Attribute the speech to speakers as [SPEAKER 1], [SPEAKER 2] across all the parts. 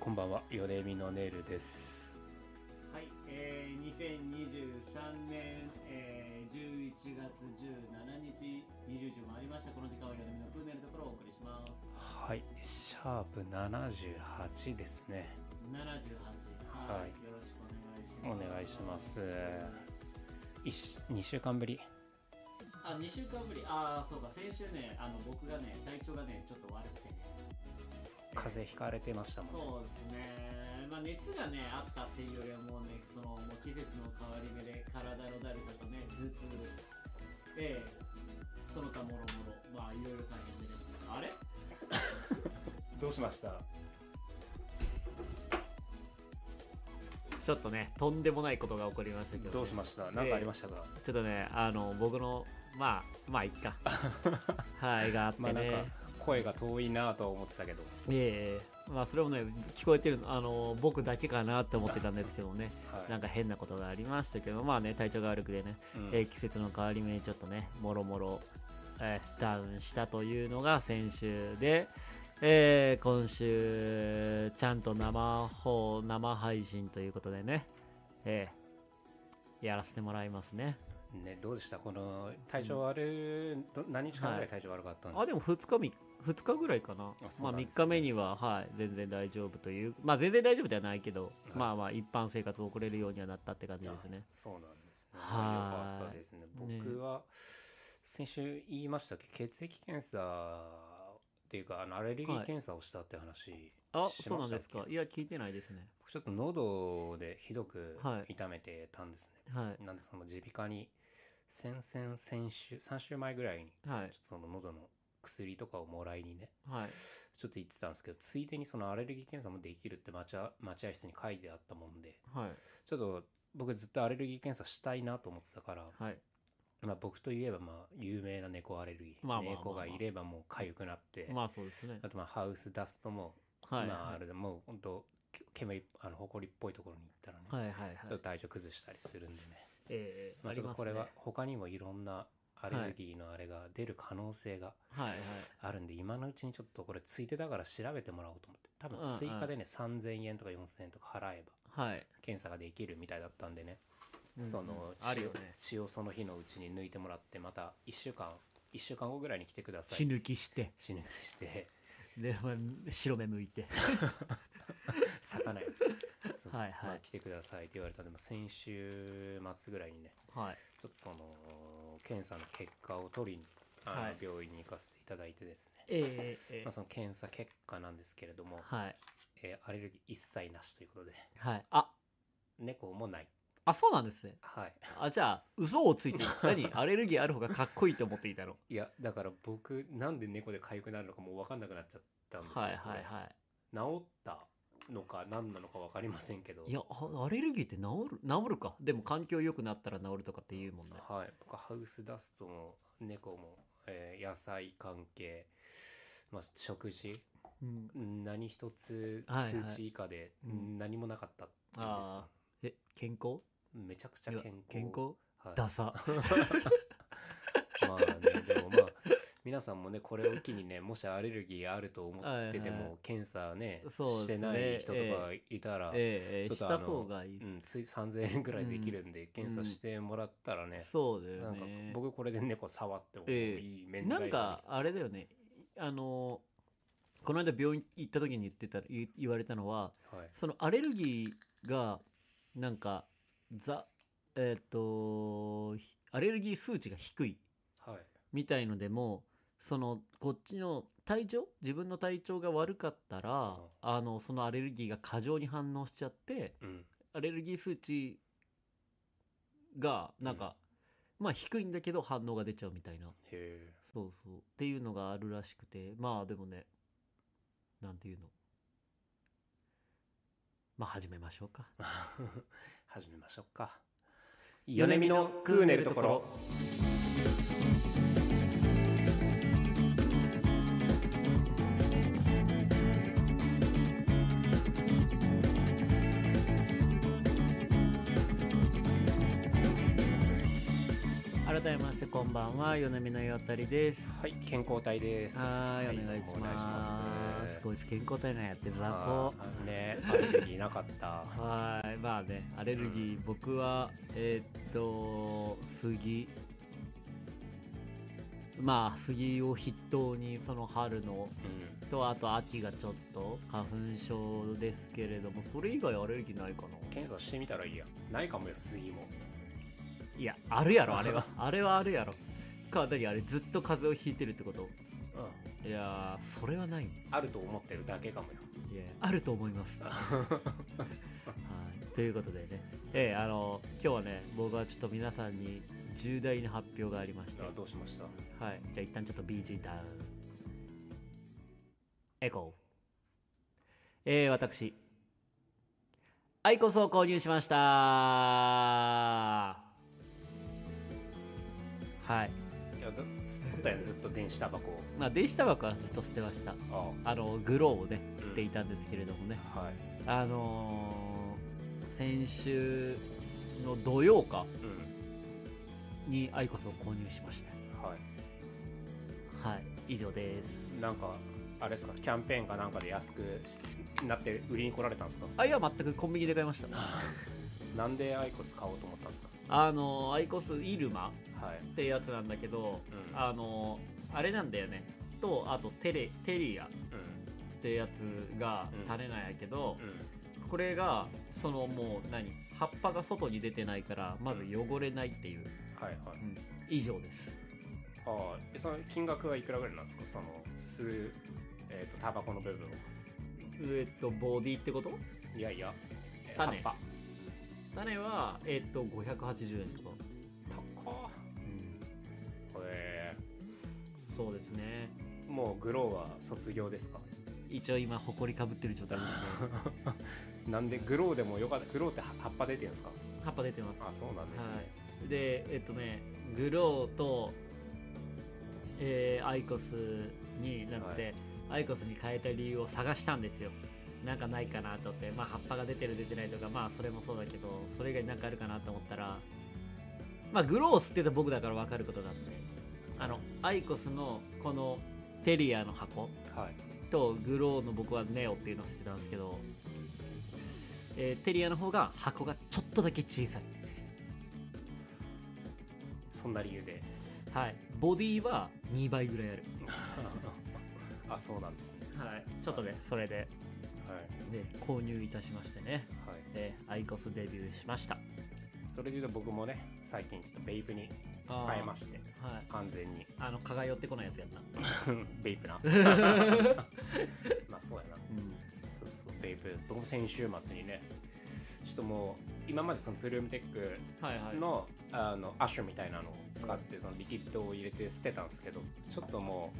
[SPEAKER 1] こんばんは、よれみのネイルです。
[SPEAKER 2] はい、えー、2023年、えー、11月17日20時を回りましたこの時間は夜みのプーネルところをお送りします
[SPEAKER 1] はい、シャープ78ですね。
[SPEAKER 2] 78はい、
[SPEAKER 1] はい
[SPEAKER 2] よろしくお願いし
[SPEAKER 1] お
[SPEAKER 2] ます
[SPEAKER 1] 願いします。一2週間ぶり。
[SPEAKER 2] あ2週間ぶりああそうか先週ねあの僕がね体調がねちょっと悪くてね
[SPEAKER 1] 風邪ひかれてましたもんね。
[SPEAKER 2] そうですねまあ熱がねあったっていうよりはもうねそのもう季節の変わり目で体のだるさとね頭痛ええその他もろもろまあいろいろ大変でねあれ
[SPEAKER 1] どうしました
[SPEAKER 2] ちょっとね、とんでもないことが起こりましたけどね、
[SPEAKER 1] どうしましたなんかありましたか、
[SPEAKER 2] ちょっとね、あの、僕の、まあ、まあ、いっ か。はい、があって
[SPEAKER 1] まあなん
[SPEAKER 2] ね。
[SPEAKER 1] か、声が遠いなとは思ってたけど。
[SPEAKER 2] ええまあ、それもね、聞こえてるの、あの、僕だけかなって思ってたんですけどね。
[SPEAKER 1] はい。
[SPEAKER 2] なんか変なことがありましたけど、まあね、体調が悪くてね、
[SPEAKER 1] うん
[SPEAKER 2] えー季節の変わり目にちょっとね、もろもろ、えーダウンしたというのが先週で、えー今週、ちゃんと生放、生配信ということでね、えーやらせてもらいますね。
[SPEAKER 1] ね、どうでしたこの体調悪い、ど何日間ぐらい体調悪かったんで
[SPEAKER 2] あ、
[SPEAKER 1] す
[SPEAKER 2] で
[SPEAKER 1] か、
[SPEAKER 2] も2日み、2日ぐらいかな。
[SPEAKER 1] あそ
[SPEAKER 2] まあ
[SPEAKER 1] うなんですね
[SPEAKER 2] 3日目には、はい、全然大丈夫という、まあ全然大丈夫ではないけど、
[SPEAKER 1] はい
[SPEAKER 2] まあまあ一般生活を送れるようにはなったって感じですね
[SPEAKER 1] あ。そうなんですね。よ
[SPEAKER 2] は
[SPEAKER 1] か
[SPEAKER 2] い
[SPEAKER 1] ったですね。
[SPEAKER 2] ね
[SPEAKER 1] 僕は、先週言いましたっけ血液検査っていうか、あの、アレルギー
[SPEAKER 2] はい
[SPEAKER 1] 検査をしたって話
[SPEAKER 2] あ、
[SPEAKER 1] し
[SPEAKER 2] そうな
[SPEAKER 1] ま
[SPEAKER 2] ん
[SPEAKER 1] した
[SPEAKER 2] で
[SPEAKER 1] っ
[SPEAKER 2] す
[SPEAKER 1] け
[SPEAKER 2] か。いや、聞いてないですね。
[SPEAKER 1] 僕ちょっと喉でひどく
[SPEAKER 2] はい
[SPEAKER 1] 痛めてたんですね。
[SPEAKER 2] は
[SPEAKER 1] なんで、その耳鼻科に、先々先週、3週前ぐらいに、
[SPEAKER 2] い。はい
[SPEAKER 1] ちょっと。その喉の薬とかをもらいにね、
[SPEAKER 2] はい。
[SPEAKER 1] ちょっと行ってたんですけど、ついでにそのアレルギー検査もできるって待合待合室に書いてあったもんで、
[SPEAKER 2] はい。
[SPEAKER 1] ちょっと僕ずっとアレルギー検査したいなと思ってたから、
[SPEAKER 2] はい。
[SPEAKER 1] まあ、僕といえばまあ有名な猫アレルギー、
[SPEAKER 2] まあまあまあまあ
[SPEAKER 1] 猫がいればもう痒くなって、
[SPEAKER 2] まあそうですね
[SPEAKER 1] あ。とまあハウスダストも、
[SPEAKER 2] はい。
[SPEAKER 1] まあ、あ
[SPEAKER 2] は
[SPEAKER 1] れでもう本当け煙あの埃っぽいところに行ったらね、
[SPEAKER 2] いはい
[SPEAKER 1] ちょ
[SPEAKER 2] は
[SPEAKER 1] っと
[SPEAKER 2] い。
[SPEAKER 1] 体調崩したりするんでね、
[SPEAKER 2] ええ
[SPEAKER 1] まあ、ちょっとこれ
[SPEAKER 2] あ
[SPEAKER 1] は
[SPEAKER 2] り
[SPEAKER 1] 他にもいろんなアレルギーのあれが出る可能性が
[SPEAKER 2] ますね
[SPEAKER 1] あるんで、今のうちにちょっとこれついてたから調べてもらおうと思って多分
[SPEAKER 2] うんうん
[SPEAKER 1] 追加でね3000円とか4000円とか払えば
[SPEAKER 2] はいはい。はい。
[SPEAKER 1] 検査ができるみたいだったんでね、
[SPEAKER 2] うん
[SPEAKER 1] その
[SPEAKER 2] あるよね。
[SPEAKER 1] 血をその日のうちに抜いてもらってまた1週間1週間後ぐらいに来てください
[SPEAKER 2] 血抜きして、
[SPEAKER 1] 死ぬ気 して
[SPEAKER 2] で、まあ白目向いて。
[SPEAKER 1] 魚よそうそう
[SPEAKER 2] はいはい
[SPEAKER 1] まあ、来てくださいって言われたんでもう先週末ぐらいにね
[SPEAKER 2] はい。
[SPEAKER 1] ちょっとその検査の結果を取りにあ
[SPEAKER 2] はい
[SPEAKER 1] の病院に行かせていただいてですね、
[SPEAKER 2] ええええ
[SPEAKER 1] まあ、その検査結果なんですけれども、
[SPEAKER 2] はい。
[SPEAKER 1] えーアレルギー一切なしということで
[SPEAKER 2] はい。あ、
[SPEAKER 1] 猫もない
[SPEAKER 2] あ、そうなんですね。
[SPEAKER 1] はい
[SPEAKER 2] あ、じゃあ、嘘をつ いてる。何アレルギーある方がかっこいいと思っていたの。
[SPEAKER 1] いやだから僕なんで猫で痒くなるのかもう分かんなくなっちゃったんですよ、
[SPEAKER 2] はいはいはい。
[SPEAKER 1] 治ったのか何なのか分かりませんけど
[SPEAKER 2] いや、あアレルギーって治る、治るか。でも環境良くなったら治るとかって言うもんね。
[SPEAKER 1] はい、僕はハウスダストも猫も、えー野菜関係、まあ、食事
[SPEAKER 2] うん。
[SPEAKER 1] 何一つ
[SPEAKER 2] はいはい
[SPEAKER 1] 数値以下で
[SPEAKER 2] うん
[SPEAKER 1] 何もなかったんですよ、
[SPEAKER 2] ああ。え、健康
[SPEAKER 1] めちゃくちゃ健康
[SPEAKER 2] いや健康
[SPEAKER 1] はい、
[SPEAKER 2] ダ サ。
[SPEAKER 1] まあねでもまあ皆さんもねこれを機にねもしアレルギーあると思ってて
[SPEAKER 2] はいは
[SPEAKER 1] も検査ね
[SPEAKER 2] そうですね
[SPEAKER 1] してない人とかいたら、
[SPEAKER 2] ええ
[SPEAKER 1] ちょっ
[SPEAKER 2] し
[SPEAKER 1] とあの
[SPEAKER 2] た方がいい。
[SPEAKER 1] うん、つい3000円ぐらいできるんで、検査してもらったらね、
[SPEAKER 2] そうだよ
[SPEAKER 1] なんか
[SPEAKER 2] ね。
[SPEAKER 1] 僕これで猫触っても
[SPEAKER 2] ええ
[SPEAKER 1] いい免罪
[SPEAKER 2] なんか、あれだよね。あの、この間病院行った時に言ってた、言言われたのは、
[SPEAKER 1] はい、
[SPEAKER 2] そのアレルギーが、なんか、ザ、えっ、と、ひアレルギー数値が低い
[SPEAKER 1] はい、
[SPEAKER 2] みたいのでも、その、こっちの体調自分の体調が悪かったら、
[SPEAKER 1] うん
[SPEAKER 2] あの、そのアレルギーが過剰に反応しちゃって、
[SPEAKER 1] うん
[SPEAKER 2] アレルギー数値がなんか、まあ低いんだけど反応が出ちゃうみたいな
[SPEAKER 1] へえ
[SPEAKER 2] そうそうっていうのがあるらしくてまあでもねなんていうのまあ始めましょうか
[SPEAKER 1] 始めましょうか米見のクーネルところ
[SPEAKER 2] 改めましてこんばんは米見のよったりです
[SPEAKER 1] はい、健康体です。
[SPEAKER 2] はいお願いします,、こいつ健康体なんやって雑魚
[SPEAKER 1] あーね、アレルギーなかった。
[SPEAKER 2] はいまあねアレルギー、僕はえーっと杉まあ杉を筆頭にその春の
[SPEAKER 1] うん、
[SPEAKER 2] とあと秋がちょっと花粉症ですけれどもそれ以外アレルギーないかな
[SPEAKER 1] 検査してみたらいいや。ないかもよ、杉も。
[SPEAKER 2] いやあるやろあれは あれはあるやろかだけあれずっと風邪をひいてるってこと
[SPEAKER 1] うん、
[SPEAKER 2] いやーそれはないい
[SPEAKER 1] あると思ってるだけかもよ。
[SPEAKER 2] やあると思い ますはい、ということでね、ええあの今日はね僕はちょっと皆さんに重大な発表がありまして、は
[SPEAKER 1] あどうしました
[SPEAKER 2] い、じゃあ一旦ちょっと BG ダウンエコーえー、私アイコスを購入しましたはい
[SPEAKER 1] いや、ず吸っとったやん、ずっと電子タバコを。
[SPEAKER 2] まあ電子タバコはずっと捨てました
[SPEAKER 1] あ
[SPEAKER 2] あのグローをね吸っていたんですけれどもね、
[SPEAKER 1] あはい。
[SPEAKER 2] あのー先週の土曜か
[SPEAKER 1] うん、
[SPEAKER 2] にアイコスを購入しまし
[SPEAKER 1] は
[SPEAKER 2] たはい以上です
[SPEAKER 1] い。なんか、あれですか、キャンペーンかなんかで安くしなって売りに来られたんですか
[SPEAKER 2] あいや全くコンビニで買いました
[SPEAKER 1] なんでアイコス買おうと思ったんですか
[SPEAKER 2] あのーアイコスイルマ
[SPEAKER 1] はい。
[SPEAKER 2] ってやつなんだけど
[SPEAKER 1] うん
[SPEAKER 2] あのーあれなんだよねとあとテレテリアっ
[SPEAKER 1] うん。
[SPEAKER 2] てやつが
[SPEAKER 1] うん
[SPEAKER 2] 種なんやけど、
[SPEAKER 1] うん。
[SPEAKER 2] これがそのもう何葉っぱが外に出てないからまず汚れないっていう、
[SPEAKER 1] はいはい。
[SPEAKER 2] うん以上です
[SPEAKER 1] ああ、えその金額はいくらぐらいなんですかその、吸う、えっ、と、タバコの部分を。
[SPEAKER 2] えっとボディってこと
[SPEAKER 1] いやいや、え葉っ
[SPEAKER 2] 種
[SPEAKER 1] ぱ。
[SPEAKER 2] 種はえっと580円とか、
[SPEAKER 1] 高っへえ
[SPEAKER 2] そうですね
[SPEAKER 1] もうグローは卒業ですか
[SPEAKER 2] 一応今埃かぶってる状態ですね
[SPEAKER 1] なんでグローでもよかったグローって葉葉っぱ出てんすか
[SPEAKER 2] 葉っぱ出てます
[SPEAKER 1] あそうなんですね、
[SPEAKER 2] でえっとねグローと、えーアイコスになって、アイコスに変えた理由を探したんですよなんかないかなと思ってまあ葉っぱが出てる出てないとかまあそれもそうだけどそれ以外になんかあるかなと思ったらまあグローを吸ってた僕だから分かることがあってあのアイコスのこのテリアの箱
[SPEAKER 1] はい
[SPEAKER 2] とグローの僕はネオっていうのを捨てたんですけど、えーテリアの方が箱がちょっとだけ小さい、
[SPEAKER 1] そんな理由で
[SPEAKER 2] はい、ボディは2倍ぐらいある、
[SPEAKER 1] あそうなんですね
[SPEAKER 2] はい、ちょっとねそれで
[SPEAKER 1] はい
[SPEAKER 2] で購入いたしましてね、
[SPEAKER 1] は
[SPEAKER 2] えーアイコスデビューしました
[SPEAKER 1] いそれで言うと僕もね最近ちょっとベイプに変えまして
[SPEAKER 2] た、はい、
[SPEAKER 1] 完全に
[SPEAKER 2] あの蚊が寄ってこないやつやった、
[SPEAKER 1] ベイプ なまあそうやなそうそうベイプ僕も先週末にねちょっともう今までそのプルームテック
[SPEAKER 2] はいはい
[SPEAKER 1] のあのアッシュみたいなのを使ってそのリキッドを入れて捨てたんですけどちょっとも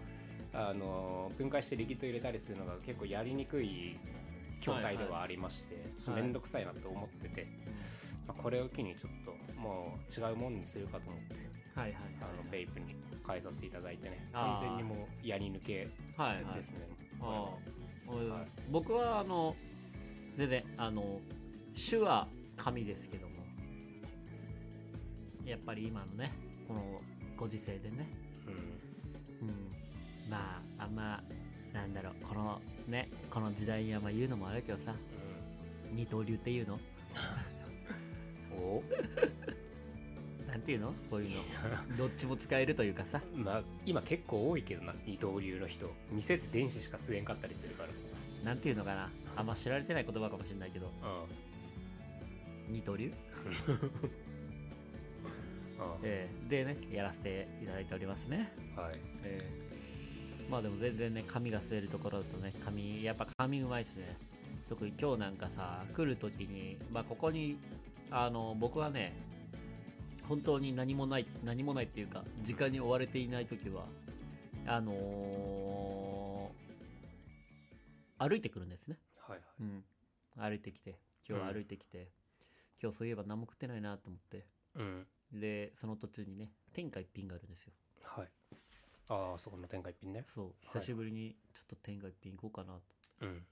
[SPEAKER 1] うあの分解してリキッド入れたりするのが結構やりにくい筐体ではありましてちょっと面倒くさいなと思ってて、まあこれを機にちょっともう違うものにするかと思って
[SPEAKER 2] はいはい
[SPEAKER 1] あのベイプに変えさせていただいてね
[SPEAKER 2] あ
[SPEAKER 1] 完
[SPEAKER 2] ー
[SPEAKER 1] 全にもうやり抜け
[SPEAKER 2] はいはい
[SPEAKER 1] ですね。
[SPEAKER 2] ああ
[SPEAKER 1] はい
[SPEAKER 2] 僕はあの全然あの手は紙ですけどもやっぱり今のねこのご時世でね、
[SPEAKER 1] うん
[SPEAKER 2] うん、まああんまなんだろうこのねこの時代にあんま言うのもあるけどさ二刀流っていうの
[SPEAKER 1] うんお
[SPEAKER 2] なんていうのこういうのどっちも使えるというかさ
[SPEAKER 1] まあ、今結構多いけどな二刀流の人店って電子しか吸えんかったりするから
[SPEAKER 2] なんていうのかなあんま知られてない言葉かもしれないけど
[SPEAKER 1] うん
[SPEAKER 2] 二刀流、
[SPEAKER 1] うん
[SPEAKER 2] ええでねやらせていただいておりますね
[SPEAKER 1] はい
[SPEAKER 2] ええまあでも全然ね髪が吸えるところだとね髪やっぱ髪うまいっすね特に今日なんかさ来る時にまあここにあの僕はね本当に何もない何もないっていうか時間に追われていない時はあのー歩いてくるんですね
[SPEAKER 1] はいはい
[SPEAKER 2] うん歩いてきて今日は歩いてきて、今日そういえば何も食ってないなと思って
[SPEAKER 1] うん
[SPEAKER 2] でその途中にね天下一品があるんですよ
[SPEAKER 1] はいああそこの天下一品ね
[SPEAKER 2] そう
[SPEAKER 1] はい
[SPEAKER 2] 久しぶりにちょっと天下一品行こうかなと、
[SPEAKER 1] うん
[SPEAKER 2] うん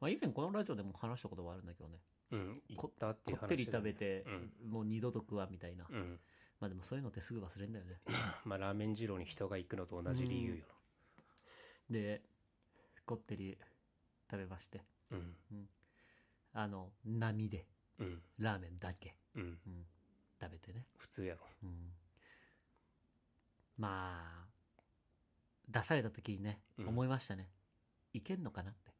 [SPEAKER 2] まあ、以前このラジオでも話したことはあるんだけどね、
[SPEAKER 1] うん、行
[SPEAKER 2] こ
[SPEAKER 1] ったっていう
[SPEAKER 2] こ
[SPEAKER 1] 話
[SPEAKER 2] ってり
[SPEAKER 1] だ
[SPEAKER 2] 食べ
[SPEAKER 1] ね
[SPEAKER 2] て、もう二度と食わんみたいな、
[SPEAKER 1] うん、うん、
[SPEAKER 2] まあでもそういうのってすぐ忘れんだよね
[SPEAKER 1] まあラーメン二郎に人が行くのと同じ理由よ
[SPEAKER 2] でこってり食べまして
[SPEAKER 1] なうん
[SPEAKER 2] あの波で
[SPEAKER 1] うん
[SPEAKER 2] ラーメンだけ、
[SPEAKER 1] うん
[SPEAKER 2] うん、食べてね、
[SPEAKER 1] 普通やろ
[SPEAKER 2] うん、まあ出された時にね、
[SPEAKER 1] うん
[SPEAKER 2] 思いましたねいけんのかなって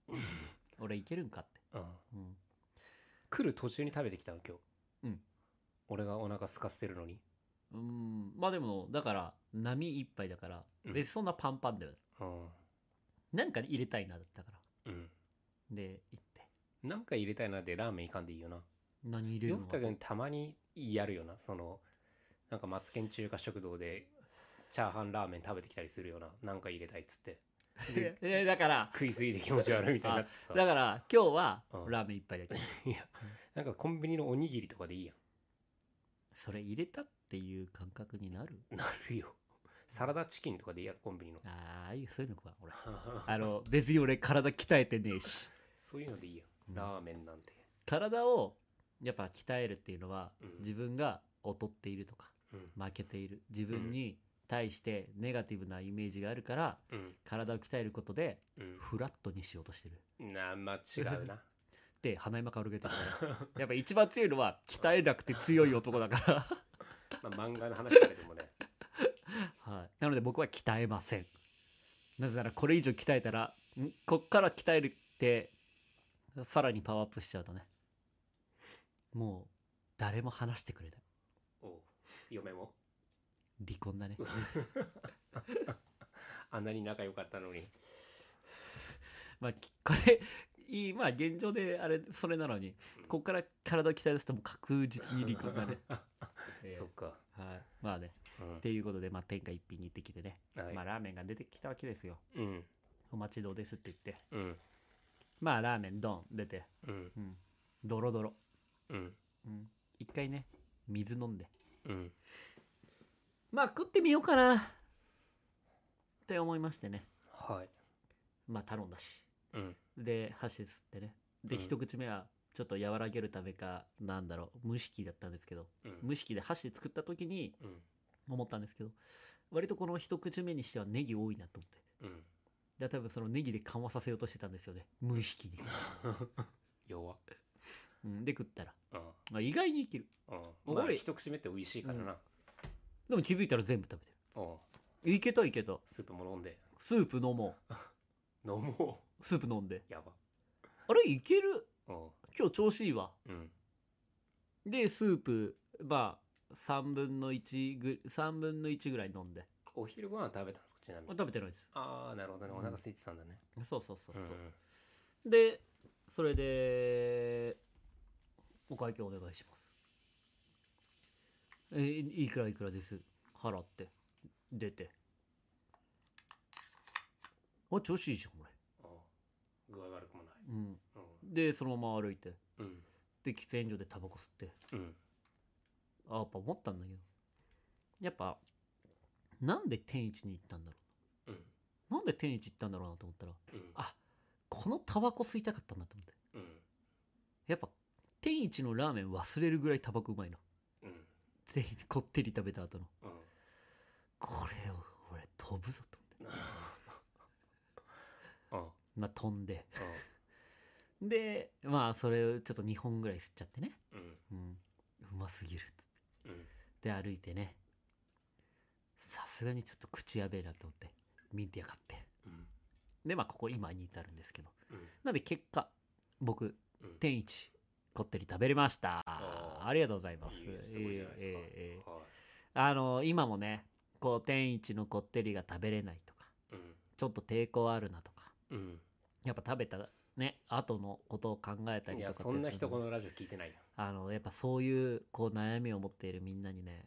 [SPEAKER 2] 俺いけるんかって、
[SPEAKER 1] うん
[SPEAKER 2] うん、
[SPEAKER 1] 来る途中に食べてきたの今日
[SPEAKER 2] うん
[SPEAKER 1] 俺がお腹空かせてるのに
[SPEAKER 2] うんまあでもだから波一杯だから
[SPEAKER 1] うん
[SPEAKER 2] 別にそんなパンパンだよね、
[SPEAKER 1] うん
[SPEAKER 2] なんか入れたいなだったから
[SPEAKER 1] うん
[SPEAKER 2] で行って
[SPEAKER 1] なんか入れたいなってラーメンいかんでいいよな
[SPEAKER 2] 何入れ
[SPEAKER 1] ヨ
[SPEAKER 2] る
[SPEAKER 1] フ
[SPEAKER 2] の
[SPEAKER 1] タ君たまにやるよなそのなんかマツケン中華食堂でチャーハンラーメン食べてきたりするようななんか入れたいっつってで
[SPEAKER 2] いやだから
[SPEAKER 1] 食いすぎて気持ち悪いみたいになってさ
[SPEAKER 2] だから今日は
[SPEAKER 1] うん
[SPEAKER 2] ラーメン一杯だけ
[SPEAKER 1] いやなんかコンビニのおにぎりとかでいいや
[SPEAKER 2] それ入れたっていう感覚になる
[SPEAKER 1] んなるよサラダチキンとかでいいやろコンビニの
[SPEAKER 2] ああいうそういうのは俺あの別に俺体鍛えてねえ し
[SPEAKER 1] そういうのでいいや
[SPEAKER 2] うん
[SPEAKER 1] んラーメンなんて
[SPEAKER 2] 体をやっぱ鍛えるっていうのは、
[SPEAKER 1] うん
[SPEAKER 2] 自分が劣っているとか
[SPEAKER 1] うん
[SPEAKER 2] 負けている自分に対してネガティブなイメージがあるから
[SPEAKER 1] うん
[SPEAKER 2] 体を鍛えることで
[SPEAKER 1] う
[SPEAKER 2] フラットにしようとしてる
[SPEAKER 1] んなまあ違うな
[SPEAKER 2] で花山薫が言ってたからやっぱ一番強いのは鍛えなくて強い男だから
[SPEAKER 1] まあ漫画の話だけどもね
[SPEAKER 2] はい、なので僕は鍛えませんなぜならこれ以上鍛えたらんこっから鍛えるってさらにパワーアップしちゃうとねもう誰も話してくれない
[SPEAKER 1] おう嫁も
[SPEAKER 2] 離婚だね
[SPEAKER 1] あんなに仲良かったのに
[SPEAKER 2] まあきこれいいまあ現状であれそれなのにこっから体を鍛え出すともう確実に離婚だね、ええ
[SPEAKER 1] そっか
[SPEAKER 2] はい、まあね
[SPEAKER 1] うん
[SPEAKER 2] っていうことで、まあ、天下一品に行ってきてね、
[SPEAKER 1] はい
[SPEAKER 2] まあラーメンが出てきたわけですよ
[SPEAKER 1] うん
[SPEAKER 2] お待ちどうですって言って
[SPEAKER 1] うん
[SPEAKER 2] まあラーメンドン出て
[SPEAKER 1] うん
[SPEAKER 2] うんドロドロ
[SPEAKER 1] うん
[SPEAKER 2] うん、一回ね水飲んで
[SPEAKER 1] うん
[SPEAKER 2] まあ食ってみようかなって思いましてね
[SPEAKER 1] はい
[SPEAKER 2] まあ頼んだし
[SPEAKER 1] うん
[SPEAKER 2] で箸吸ってねで、
[SPEAKER 1] うん
[SPEAKER 2] 一口目はちょっと和らげるためかなんだろう無意識だったんですけど
[SPEAKER 1] うん
[SPEAKER 2] 無意識で箸作った時に
[SPEAKER 1] うん
[SPEAKER 2] 思ったんですけど割とこの一口目にしてはネギ多いなと思って
[SPEAKER 1] うん
[SPEAKER 2] で多分そのネギで緩和させようとしてたんですよね無意識 に、
[SPEAKER 1] 弱
[SPEAKER 2] うん、で食ったら、
[SPEAKER 1] うん
[SPEAKER 2] まあ、意外にいける
[SPEAKER 1] うんまあ
[SPEAKER 2] 俺
[SPEAKER 1] 一口目って美味しいからな
[SPEAKER 2] でも気づいたら全部食べて
[SPEAKER 1] うん
[SPEAKER 2] るいけたいけた
[SPEAKER 1] スープも飲んで
[SPEAKER 2] スープ飲もう
[SPEAKER 1] 飲も
[SPEAKER 2] スープ飲んで
[SPEAKER 1] うやば
[SPEAKER 2] あれいける
[SPEAKER 1] うん
[SPEAKER 2] 今日調子いいわ
[SPEAKER 1] うん
[SPEAKER 2] でスープまあ3分の1ぐ3分の1ぐらい飲んで、
[SPEAKER 1] お昼ご飯食べたんですかちなみ
[SPEAKER 2] まあ、
[SPEAKER 1] に
[SPEAKER 2] 食べてないです
[SPEAKER 1] ああなるほどねお腹空いてたんだね
[SPEAKER 2] そうそうそう
[SPEAKER 1] う
[SPEAKER 2] そ
[SPEAKER 1] ん
[SPEAKER 2] う、
[SPEAKER 1] うん
[SPEAKER 2] でそれでお会計お願いしますえいいくらいくらです払って出てあ調子いいじゃん俺
[SPEAKER 1] うん具合悪くもない
[SPEAKER 2] うん
[SPEAKER 1] う
[SPEAKER 2] でそのまま歩いて
[SPEAKER 1] んうん
[SPEAKER 2] で喫煙所でタバコ吸って
[SPEAKER 1] うん
[SPEAKER 2] あやっぱ思ったんだけどやっぱなんで天一に行ったんだろ
[SPEAKER 1] うん
[SPEAKER 2] うなんで天一行ったんだろうなと思ったら
[SPEAKER 1] うん
[SPEAKER 2] あこのタバコ吸いたかったんだと思って
[SPEAKER 1] うん
[SPEAKER 2] やっぱ天一のラーメン忘れるぐらいタバコうまいな
[SPEAKER 1] うん
[SPEAKER 2] ぜひこってり食べた後の
[SPEAKER 1] うん
[SPEAKER 2] これを俺飛ぶぞと思って
[SPEAKER 1] うん
[SPEAKER 2] まあ飛んででまあそれをちょっと2本ぐらい吸っちゃってね
[SPEAKER 1] うん
[SPEAKER 2] うんうますぎるっつっ
[SPEAKER 1] うん
[SPEAKER 2] てで歩いてねさすがにちょっと口やべえなと思って見てやがって
[SPEAKER 1] うん
[SPEAKER 2] でまあここ今に至るんですけど
[SPEAKER 1] うん
[SPEAKER 2] なんで結果僕
[SPEAKER 1] うん
[SPEAKER 2] 天一こってり食べれましたあ
[SPEAKER 1] あー
[SPEAKER 2] りがとうございます
[SPEAKER 1] いいえすごいじゃないで
[SPEAKER 2] え
[SPEAKER 1] すか
[SPEAKER 2] えええええ
[SPEAKER 1] はい
[SPEAKER 2] あの今もねこう天一のこってりが食べれないとか
[SPEAKER 1] うん
[SPEAKER 2] ちょっと抵抗あるなとか
[SPEAKER 1] うん
[SPEAKER 2] やっぱ食べたね後のことを考えたりとか
[SPEAKER 1] い
[SPEAKER 2] って
[SPEAKER 1] やそんな人
[SPEAKER 2] する
[SPEAKER 1] こ
[SPEAKER 2] の
[SPEAKER 1] のラジオ聞いてないよ
[SPEAKER 2] あのやっぱそういうこう悩みを持っているみんなにね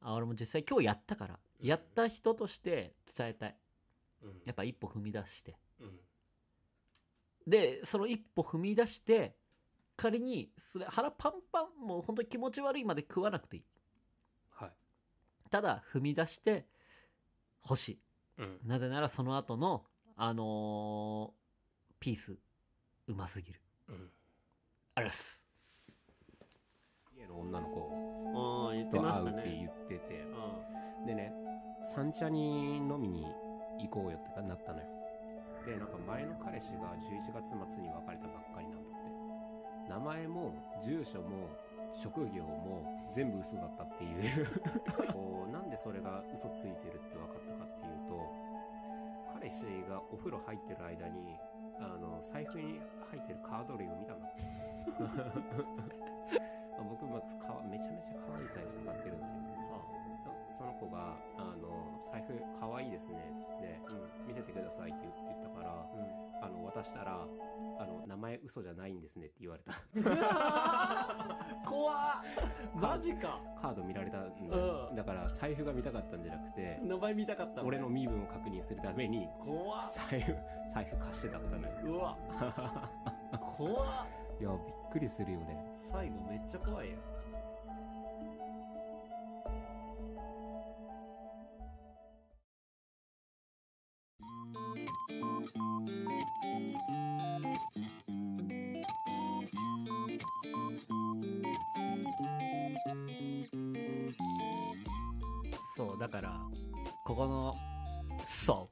[SPEAKER 2] あ俺も実際今日やったから
[SPEAKER 1] うん
[SPEAKER 2] やった人として伝えたい
[SPEAKER 1] うん
[SPEAKER 2] やっぱ一歩踏み出して
[SPEAKER 1] うん
[SPEAKER 2] でその一歩踏み出して仮にそれ腹パンパンもう本当に気持ち悪いまで食わなくていい
[SPEAKER 1] はい
[SPEAKER 2] ただ踏み出して欲し
[SPEAKER 1] うん
[SPEAKER 2] いなぜならその後のあのーピースうますぎる
[SPEAKER 1] うん
[SPEAKER 2] ありがとうございます
[SPEAKER 1] の女の子
[SPEAKER 2] ああ、言って
[SPEAKER 1] と
[SPEAKER 2] ま
[SPEAKER 1] 会
[SPEAKER 2] し
[SPEAKER 1] う
[SPEAKER 2] た
[SPEAKER 1] って言
[SPEAKER 2] ね。
[SPEAKER 1] ってて、
[SPEAKER 2] うん。
[SPEAKER 1] でね三茶に飲みに行こうよってなったのよでなんか前の彼氏が11月末に別れたばっかりなんだって名前も住所も職業も全部嘘だったっていう こうなんでそれが嘘ついてるって分かったかっていうと彼氏がお風呂入ってる間にあの財布に入ってるカード類を見たん だって僕まあかわめちゃめちゃ可愛い財布使ってるんですよその子が、あの、財布可愛いですね、つって、
[SPEAKER 2] うん。
[SPEAKER 1] 見せてくださいって言ったから、
[SPEAKER 2] うん。
[SPEAKER 1] あの、渡したら、あの、名前嘘じゃないんですねって言われ た。
[SPEAKER 2] 怖っマジか
[SPEAKER 1] カード見られたんだよ
[SPEAKER 2] うん
[SPEAKER 1] だから、財布が見たかったんじゃなくて、
[SPEAKER 2] 名前見たかった
[SPEAKER 1] 俺の身分を確認するために、
[SPEAKER 2] 怖っ
[SPEAKER 1] 財布、財布貸してだったのよ。
[SPEAKER 2] うわ怖っ
[SPEAKER 1] いや、びっくりするよね。
[SPEAKER 2] 最後めっちゃ怖いよそうだからここのそ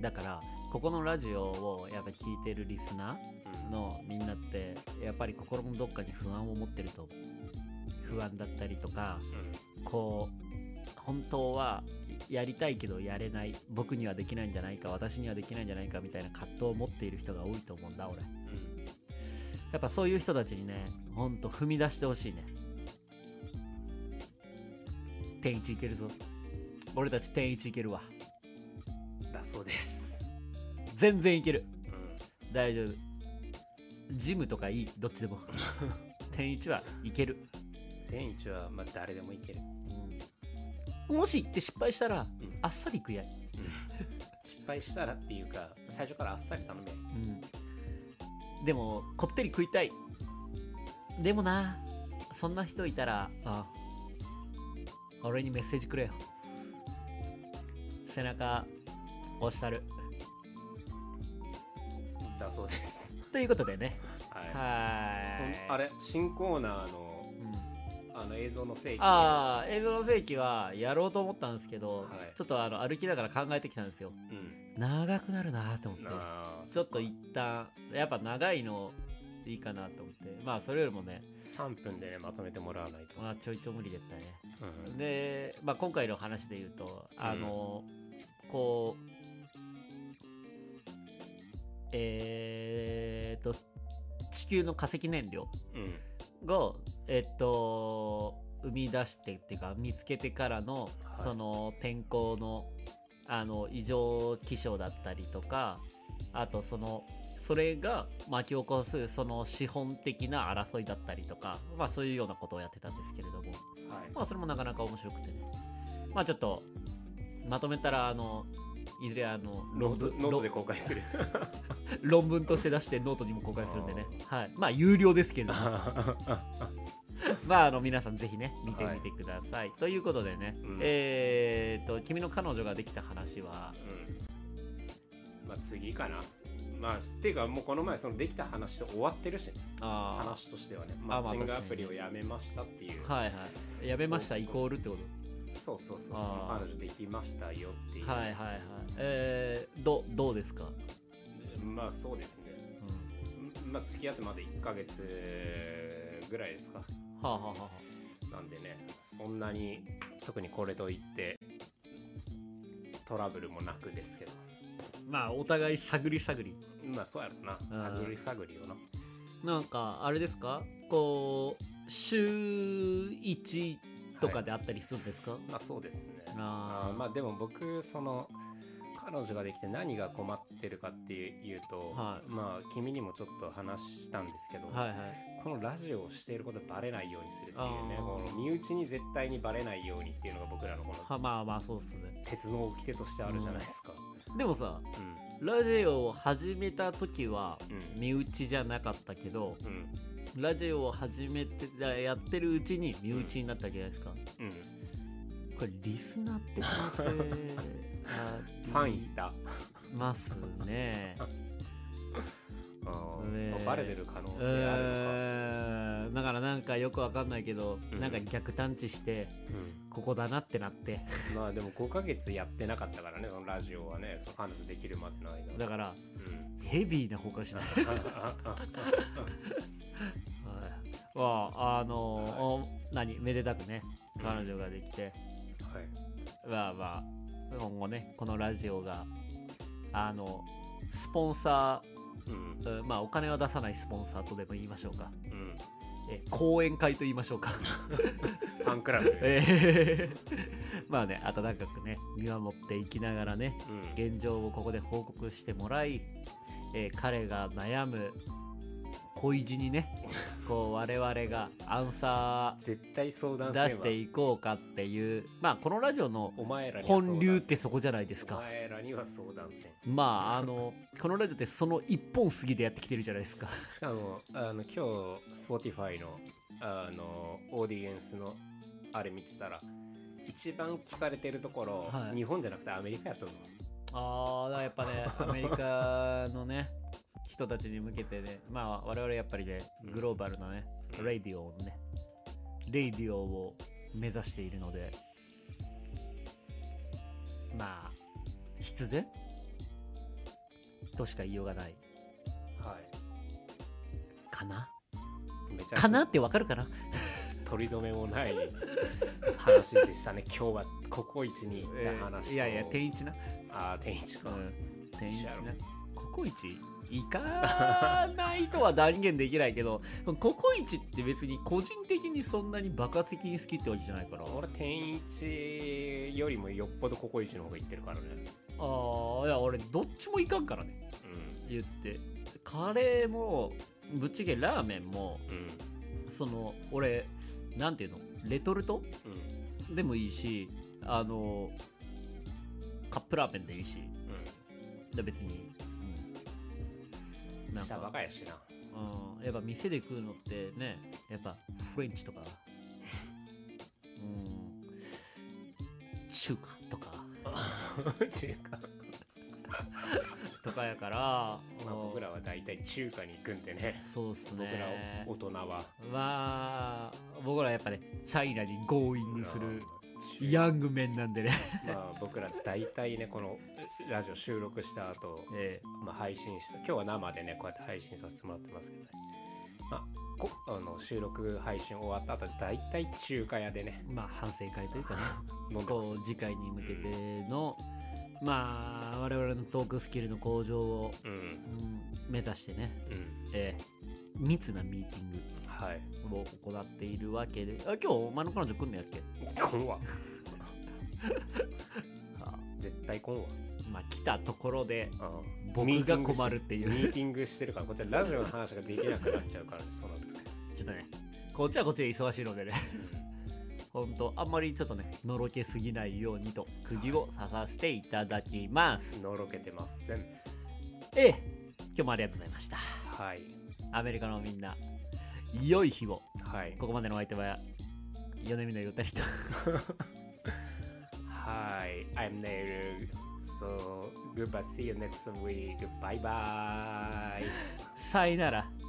[SPEAKER 2] うだからここのラジオをやっぱ聞いてるリスナーのみんなってやっぱり心のどっかに不安を持ってると思う不安だったりとかこう本当はやりたいけどやれない僕にはできないんじゃないか私にはできないんじゃないかみたいな葛藤を持っている人が多いと思うんだ俺やっぱそういう人たちにねほんと踏み出してほしいね天一いけるぞ俺たち天一いけるわ
[SPEAKER 1] だそうです。
[SPEAKER 2] 全然いける大丈夫ジムとかいいどっちでも天一はいける
[SPEAKER 1] 天一は、まあ、誰でもいける。
[SPEAKER 2] もし行って失敗したら、
[SPEAKER 1] ん
[SPEAKER 2] あっさり悔い、
[SPEAKER 1] 失敗したらっていうか、最初からあっさり頼め。
[SPEAKER 2] でもこってり食いたいでもなそんな人いたらあ俺にメッセージくれよ背中押したる
[SPEAKER 1] だそうです。
[SPEAKER 2] ということでね
[SPEAKER 1] はい。
[SPEAKER 2] はーい
[SPEAKER 1] ほんあれ新コーナーの
[SPEAKER 2] うん
[SPEAKER 1] あの映像の正義
[SPEAKER 2] ああ映像の世紀はやろうと思ったんですけど、
[SPEAKER 1] はい
[SPEAKER 2] ちょっとあの歩きながら考えてきたんですよ
[SPEAKER 1] うん
[SPEAKER 2] 長くなるなと思って
[SPEAKER 1] なあ
[SPEAKER 2] ちょっと一旦やっぱ長いのいいかなと思ってまあそれよりもね、
[SPEAKER 1] 3分でねまとめてもらわないと、
[SPEAKER 2] まあ、ちょいちょ無理だったね
[SPEAKER 1] うん
[SPEAKER 2] で、まあ、今回の話で言うとあの、こうえー、っと地球の化石燃料
[SPEAKER 1] うん
[SPEAKER 2] がえっと生み出してっていうか見つけてからの、
[SPEAKER 1] はい
[SPEAKER 2] その天候のあの異常気象だったりとかあとそのそれが巻き起こすその資本的な争いだったりとかまあそういうようなことをやってたんですけれども
[SPEAKER 1] はい
[SPEAKER 2] まあそれもなかなか面白くてねまあちょっとまとめたらあのいずれあの
[SPEAKER 1] ノート
[SPEAKER 2] 論文
[SPEAKER 1] ノートで公開 する
[SPEAKER 2] 論文として出してノートにも公開するんでねはいまあ有料ですけれどもまあ、あの皆さんぜひね見てみてください、ということでね、
[SPEAKER 1] うん
[SPEAKER 2] えー、っと君の彼女ができた話は
[SPEAKER 1] うんまあ次かなまあっていうかもうこの前そのできた話と終わってるしね
[SPEAKER 2] あ
[SPEAKER 1] 話としてはね
[SPEAKER 2] ま
[SPEAKER 1] マ
[SPEAKER 2] あ
[SPEAKER 1] ッチングア
[SPEAKER 2] 確か
[SPEAKER 1] プ
[SPEAKER 2] にね
[SPEAKER 1] リをやめましたっていう、
[SPEAKER 2] あはいはいやめましたイコールってこと
[SPEAKER 1] そうそうそう
[SPEAKER 2] あー
[SPEAKER 1] その彼女できましたよっていう、
[SPEAKER 2] はいはいはいえー、どどうですか、
[SPEAKER 1] まあそうですね
[SPEAKER 2] うん
[SPEAKER 1] まあ付き合ってまだ1ヶ月ぐらいですか
[SPEAKER 2] はあ、はあはあは
[SPEAKER 1] なんでねそんなに特にこれといってトラブルもなくですけど
[SPEAKER 2] あ、まあお互い探り探り
[SPEAKER 1] まあそうやろな
[SPEAKER 2] ー
[SPEAKER 1] 探り探りよな
[SPEAKER 2] なんかあれですかこう週1とかであったりするんですか、
[SPEAKER 1] はいまあそうですね
[SPEAKER 2] あー
[SPEAKER 1] あーまあでも僕その彼女ができて何が困ってるかっていうと、
[SPEAKER 2] はい
[SPEAKER 1] まあ君にもちょっと話したんですけど、
[SPEAKER 2] はいはい
[SPEAKER 1] このラジオをしていることバレないようにするっていうね
[SPEAKER 2] あー
[SPEAKER 1] この身内に絶対にバレないようにっていうのが僕らのこの
[SPEAKER 2] はまあまあそうっすね
[SPEAKER 1] 鉄の掟としてあるじゃないですか。
[SPEAKER 2] でもさ
[SPEAKER 1] うん
[SPEAKER 2] ラジオを始めた時は
[SPEAKER 1] うん
[SPEAKER 2] 身内じゃなかったけど、
[SPEAKER 1] うん
[SPEAKER 2] ラジオを始めてやってるうちに身内になったわけじゃないですか、
[SPEAKER 1] うん
[SPEAKER 2] これリスナーって可能性あり
[SPEAKER 1] ファンいた。
[SPEAKER 2] ますね
[SPEAKER 1] うん
[SPEAKER 2] ねえ
[SPEAKER 1] まあバレてる可能性あるのか、
[SPEAKER 2] えーだからなんかよくわかんないけど、
[SPEAKER 1] うん
[SPEAKER 2] なんか逆探知してここだなってなって
[SPEAKER 1] うんまあでも5ヶ月やってなかったからねそのラジオはねその彼女できるまでの間
[SPEAKER 2] だから
[SPEAKER 1] うん
[SPEAKER 2] ヘビーな方かしらはい まああのーお何めでたくね彼女ができて、
[SPEAKER 1] はい
[SPEAKER 2] まあまあ今後ねこのラジオがあのスポンサ
[SPEAKER 1] うん
[SPEAKER 2] ーうんまあお金は出さないスポンサーとでも言いましょうか
[SPEAKER 1] うん
[SPEAKER 2] え講演会と言いましょうか
[SPEAKER 1] ファンクラブ
[SPEAKER 2] え へへへまあね温かくね見守っていきながらね
[SPEAKER 1] うん
[SPEAKER 2] 現状をここで報告してもらい、えー彼が悩む恋路にねこう我々がアンサ
[SPEAKER 1] 絶対相談せん
[SPEAKER 2] ー
[SPEAKER 1] わ
[SPEAKER 2] 出していこうかっていうまあこのラジオの
[SPEAKER 1] お前らには相談せん
[SPEAKER 2] 本流ってそこじゃないです
[SPEAKER 1] お
[SPEAKER 2] か。
[SPEAKER 1] 前らには相談せん
[SPEAKER 2] まああのこのラジオってその一本杉でやってきてるじゃないですか。
[SPEAKER 1] しかもあの今日 Spotify のあのオーディエンスのあれ見てたら一番聞かれてるところ、
[SPEAKER 2] はい
[SPEAKER 1] 日本じゃなくてアメリカやったぞ
[SPEAKER 2] ああやっぱねアメリカのね人たちに向けてねまあ我々やっぱりねグローバルなね
[SPEAKER 1] うん
[SPEAKER 2] レイディオをねレイディオを目指しているのでまあ必然としか言いようがない
[SPEAKER 1] はい
[SPEAKER 2] かな
[SPEAKER 1] めちゃくち
[SPEAKER 2] かな
[SPEAKER 1] ゃ
[SPEAKER 2] ってわかるかな
[SPEAKER 1] 取り留めもない話でした ね今日はここ一に行った話と、
[SPEAKER 2] いやいや天一な、
[SPEAKER 1] あー天一か、
[SPEAKER 2] 天一
[SPEAKER 1] 一
[SPEAKER 2] な
[SPEAKER 1] やろ
[SPEAKER 2] ココイチ行かないとは断言できないけど ココイチって別に個人的にそんなに爆発的に好きってわけじゃないからあ
[SPEAKER 1] 俺天一よりもよっぽどここ一の方が行ってるからね
[SPEAKER 2] あいや俺どっちもいかんからね言ってカレーもぶっちゃけラーメンも
[SPEAKER 1] うんうん
[SPEAKER 2] その俺なんていうのレトルト
[SPEAKER 1] うん
[SPEAKER 2] でもいいしあのカップラーメンでいいしで別に、う
[SPEAKER 1] う
[SPEAKER 2] な
[SPEAKER 1] ん
[SPEAKER 2] んか
[SPEAKER 1] 下バカ やしな
[SPEAKER 2] うん、やっぱ店で食うのってねやっぱフレンチとかうん中華とか
[SPEAKER 1] 中華
[SPEAKER 2] とかや から
[SPEAKER 1] まあ、
[SPEAKER 2] うん
[SPEAKER 1] 僕らは大体中華に行くんでね
[SPEAKER 2] そうっす
[SPEAKER 1] 僕ら
[SPEAKER 2] ね
[SPEAKER 1] 大人は
[SPEAKER 2] まあ僕らやっぱねチャイナにゴーイングする
[SPEAKER 1] 中
[SPEAKER 2] ヤングメンなん でね、
[SPEAKER 1] まあ僕ら大体ねこのラジオ収録した後、
[SPEAKER 2] え
[SPEAKER 1] まあ配信した今日は生でねこうやって配信させてもらってますけどね、まあ、こあの収録配信終わった後大体中華屋でね
[SPEAKER 2] えまあ反省会という かね
[SPEAKER 1] 飲んでます
[SPEAKER 2] こう次回に向けてのまあ我々のトークスキルの向上を、
[SPEAKER 1] うんうん
[SPEAKER 2] うん目指してね、ええ密なミーティング
[SPEAKER 1] はい
[SPEAKER 2] を行っているわけで、あ今日お前の彼女来んのやっけ、
[SPEAKER 1] こんわ
[SPEAKER 2] はあ
[SPEAKER 1] 絶対こんわ
[SPEAKER 2] まあ来たところで
[SPEAKER 1] ああ
[SPEAKER 2] 僕
[SPEAKER 1] ミーテ
[SPEAKER 2] が
[SPEAKER 1] ィングし
[SPEAKER 2] 困るってい
[SPEAKER 1] ミ
[SPEAKER 2] う。
[SPEAKER 1] ーティングしてるからこっちはラジオの話ができなくなっちゃうから、ね、そうなると
[SPEAKER 2] ちょっとね、こっちはこっちで忙しいのでね、 ほんとあんまりちょっとね、のろけすぎないようにと釘を刺させていただきます。
[SPEAKER 1] のろけてません
[SPEAKER 2] ええ、今日もありがとうございました。
[SPEAKER 1] はい
[SPEAKER 2] アメリカのみんな、良い日を。
[SPEAKER 1] はい
[SPEAKER 2] ここまでのお相手は、米見のゆったりと。
[SPEAKER 1] Hi, I'm Neil. So goodbye. See you next week. Bye bye.
[SPEAKER 2] さいなら。